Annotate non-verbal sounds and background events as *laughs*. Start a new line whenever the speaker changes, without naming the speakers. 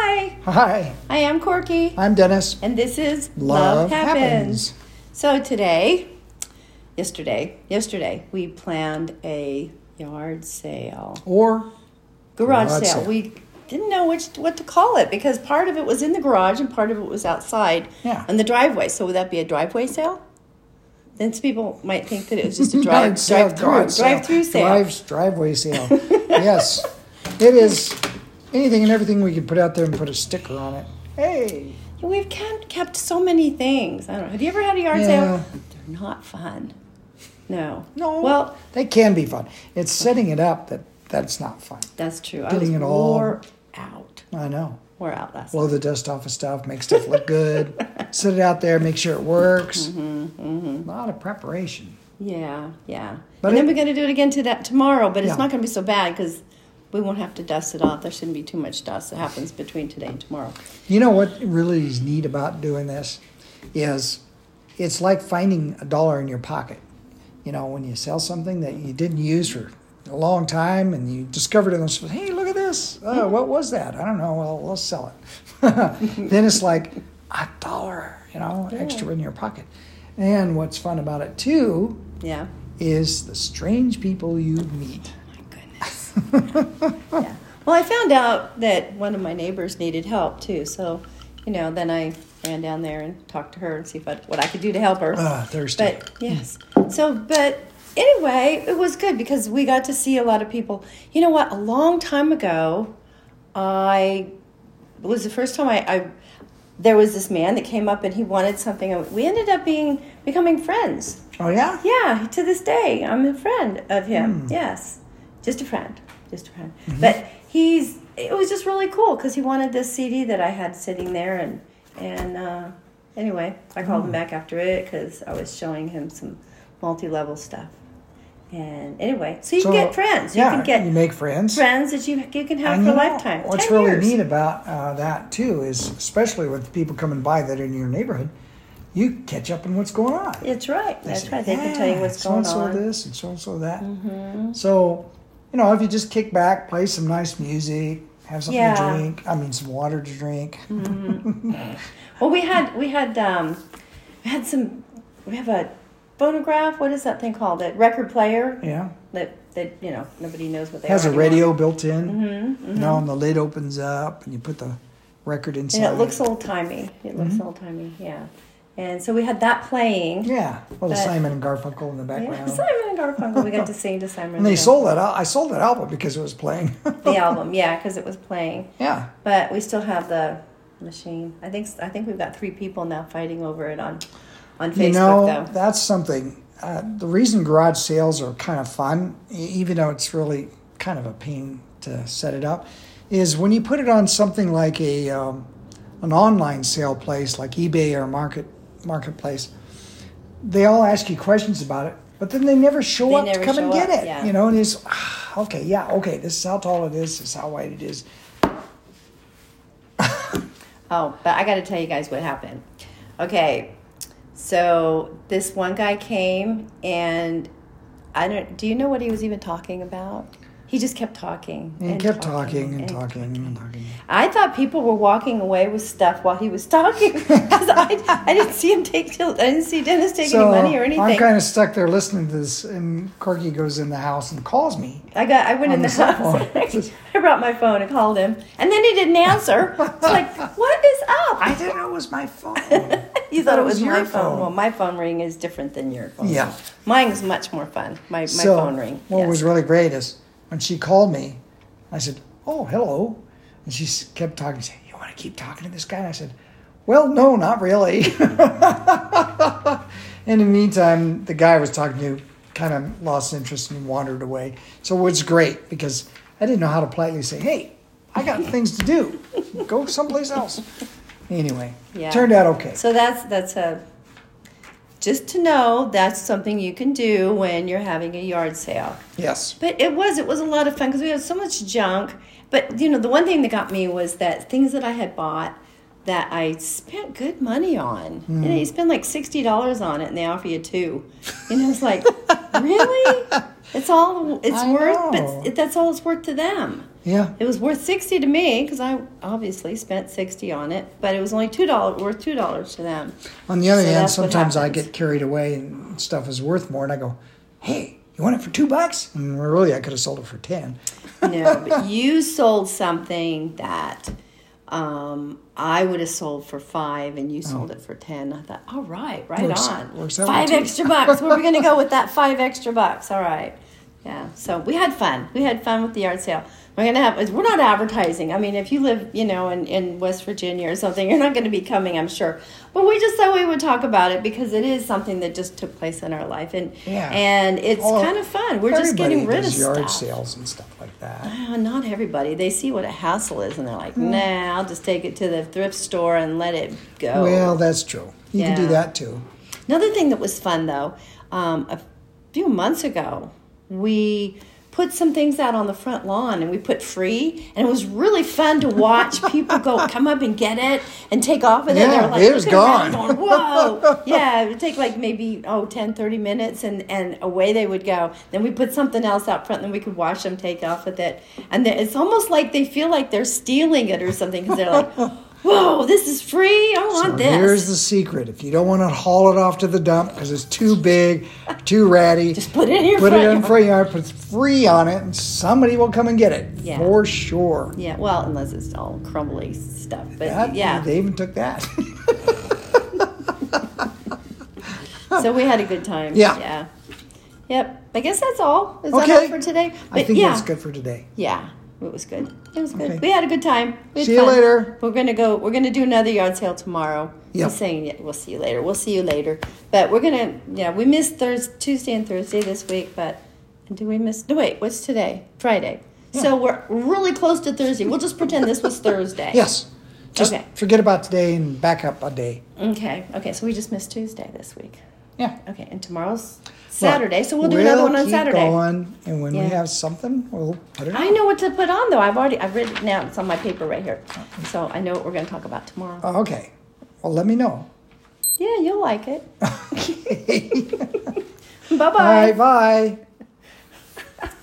Hi,
Hi, I'm Corky,
I'm Dennis.
and this is
Love Happens.
So today, yesterday, yesterday, we planned a yard sale,
Or
garage
Garage
sale.
sale.
We didn't know which what to call it because part of it was in the garage and part of it was outside
Yeah.
on the driveway. So would that be a driveway sale? Then some people might think that it was just
*laughs*
a
yard
drive,
sale,
drive
garage
through, drive through sale.
drives-
*laughs*
driveway sale. yes, it is anything and everything we could put out there and put a sticker on it. Hey,
We've kept, kept so many things. I don't know. Have you ever had a yard
Yeah.
sale? They're not fun. No.
no.
Well,
they can be fun. It's setting it up that that's not fun.
that's true. I was
Getting it all-
wore out.
I know.
Wore out last night.
Blow the dust off of stuff, make stuff
*laughs*
look good, set it out there, make sure it works.
Mm-hmm,
A lot of preparation.
Yeah, yeah.
But
and then
it-
we're going to do it again to that tomorrow, but it's
Yeah.
not going to be so bad because we won't have to dust it off. There shouldn't be too much dust that happens between today and tomorrow.
You know what really is neat about doing this is it's like finding a dollar in your pocket. You know, when you sell something that you didn't use for a long time and you discovered it and said, hey, look at this.
Hmm.
Oh, what was that? I don't know. Well, let's sell it. *laughs* then it's like a dollar, you know, extra in your pocket. And what's fun about it too
Yeah.
is the strange people you meet.
My
*laughs*
goodness. yeah. Well, I found out that one of my neighbors needed help too, so you know, then I ran down there and talked to her and see if I, what I could do to help her.
Ah, thirsty.
But yes. So, but anyway, it was good because we got to see a lot of people. You know what? A long time ago, I it was the first time I, I there was this man that came up and he wanted something. and We ended up being becoming friends.
oh, yeah?
Yeah, to this day, I'm a friend of
Hmm.
him. Yes, just a friend, just a friend.
Mm-hmm.
But he's it was just really cool because he wanted this CD that I had sitting there, and and uh, anyway, I called
Hmm.
him back after it because I was showing him some multi-level stuff. And anyway, so you
So,
can get friends. You
yeah,
can get
you make friends.
friends that you you can have
And
for a
you know,
lifetime.
What's
10
really
years.
neat about uh, that too is, especially with people coming by that are in your neighborhood, you catch up on what's going on.
It's right.
They
That's
say,
right. They can tell you
"Yeah,
what's
so and
going
so
on. Mm-hmm.
this and so and so that. So, you know, if you just kick back, play some nice music, have something
Yeah. Mm-hmm.
to drink. I mean, some water to drink.
Well, we had we had um, we had some. We have a phonograph. What is that thing called? That record player
Yeah,
that that you know nobody knows what they
has
are
a
anymore.
radio built in.
Mm-hmm.
You know, and the lid opens up, and you put the record inside.
And it looks old timey. It
Mm-hmm.
looks old timey. Yeah. And so we had that playing.
Yeah, little
But-
Simon and Garfunkel in the
Yeah,
background.
*laughs* Simon and Garfunkel. We got to sing to Simon.
And they
Garfunkel.
sold that. al- I sold that album because it was playing. *laughs*
the album. Yeah, because it was playing.
yeah.
But we still have the machine. I think I think we've got three people now fighting over it on on Facebook
you know,
though.
that's something. Uh, the reason garage sales are kind of fun, e- even though it's really kind of a pain to set it up, is when you put it on something like a um, an online sale place like eBay or market marketplace. They all ask you questions about it, but then they never show
They
up to
never
come and
show
get
up,
it.
yeah.
You know, and it's ah, okay, yeah, okay. This is how tall it is. This is how wide it is.
Oh, but I got to tell you guys what happened. Okay, so this one guy came, and I don't. Do you know what he was even talking about? He just kept talking.
And, you kept talking and, talking and talking.
I thought people were walking away with stuff while he was talking. *laughs* 'Cause I, I didn't see him take. till- I didn't see Dennis take any money or anything.
I'm kind of stuck there listening to this, and Corky goes in the house and calls me.
I got. I went
On
in the
the cell
house.
phone.
*laughs* I brought my phone and called him, and then he didn't answer.
*laughs*
It's like, what is up?
I didn't know it was my phone.
*laughs*
yeah,
You thought
That
it was
was your
my phone.
phone.
Well, my phone ring is different than your phone.
Yeah.
ring. Mine's much more fun. My, my
so
phone ring.
what
yes.
was really great is when she called me, I said, "Oh, hello," and she s- kept talking. She said, "You want to keep talking to this guy?" And I said, "Well, no, not really." *laughs* in the meantime, the guy I was talking to kind of lost interest and wandered away. So it was great because I didn't know how to politely say, "Hey, I
*laughs*
got things to do. Go someplace else." Anyway,
Yeah.
turned out okay.
So that's that's a just to know that's something you can do when you're having a yard sale.
yes.
But it was it was a lot of fun because we had so much junk. But you know, the one thing that got me was that things that I had bought that I spent good money on. You know,
Hmm.
you spend like sixty dollars on it, and they offer you two. You know, it's like, *laughs* really? It's all it's
I
worth,
know.
but that's all it's worth to them.
Yeah.
It was worth sixty to me because I obviously spent sixty on it, but it was only two dollars worth two dollars to them.
On the other
So
hand,
that's what
sometimes I
happens.
get carried away and stuff is worth more, and I go, "Hey, you want it for two bucks?" And really, I could have sold it for ten.
no, but you sold something that um, I would have sold for five, and you sold it for ten. I thought, all right, right
Works-
on,
works out
five
too.
extra bucks. Where are we going to go with that five extra bucks? All right, yeah. So we had fun. We had fun with the yard sale. We're gonna have. We're not advertising. I mean, if you live, you know, in, in West Virginia or something, you're not going to be coming, I'm sure. But we just thought we would talk about it because it is something that just took place in our life, and
Yeah.
and it's
Well,
kind of fun. We're just
Everybody
getting rid
does
of
yard
stuff.
sales and stuff like that.
Uh, not everybody. They see what a hassle is, and they're like, "Nah, I'll just take it to the thrift store and let it go."
Well, that's true. You can do
Oh. Yeah.
that too.
Another thing that was fun though, um, a few months ago, we put some things out on the front lawn and we put free, and it was really fun to
*laughs*
watch people go come up and get it and take off with it.
Yeah,
They were like,
it was
looking around
gone.
going,
*laughs*
Whoa. yeah, it would take like maybe, oh, 10, 30 minutes, and, and away they would go. Then we put something else out front, and we could watch them take off with it. And then it's almost like they feel like they're stealing it or something because they're
*laughs*
like, whoa, this is free. I want
So
this.
here's the secret: if you don't want to haul it off to the dump because it's too big, too ratty,
Just put it in your
put it
front
in
yard.
front yard, put free on it, and somebody will come and get it
Yeah.
for sure.
Yeah, well, unless it's all crumbly stuff. But
That-
yeah,
they even took that. *laughs*
so we had a good time.
Yeah.
Yeah. Yep. I guess that's all. Is that
Okay.
all for today? But
I think
yeah.
that's good for today.
Yeah. It was good. It was good.
Okay.
We had a good time. We had
See you
fun.
later.
We're gonna go. We're gonna do another yard sale tomorrow.
Yep.
I'm saying it- we'll see you later. We'll see you later. But we're gonna. Yeah, we missed Thursday, Tuesday, and Thursday this week. But do we miss? No, wait. What's today? Friday. So we're really close to Thursday. We'll just pretend this
*laughs*
was Thursday.
Yes. Just
Okay.
forget about today and back up a day.
Okay. Okay. So we just missed Tuesday this week.
Yeah.
Okay, and tomorrow's Saturday, so we'll do another one on
keep
Saturday.
Going, and when
Yeah.
we have something, we'll put it
I
on.
know what to put on though. I've already I've written it down. It's on my paper right here, so I know what we're going to talk about tomorrow.
Oh, okay. Well, let me know. *laughs* uh,
yeah, you'll like it.
Okay.
Bye
All
bye.
right. Bye.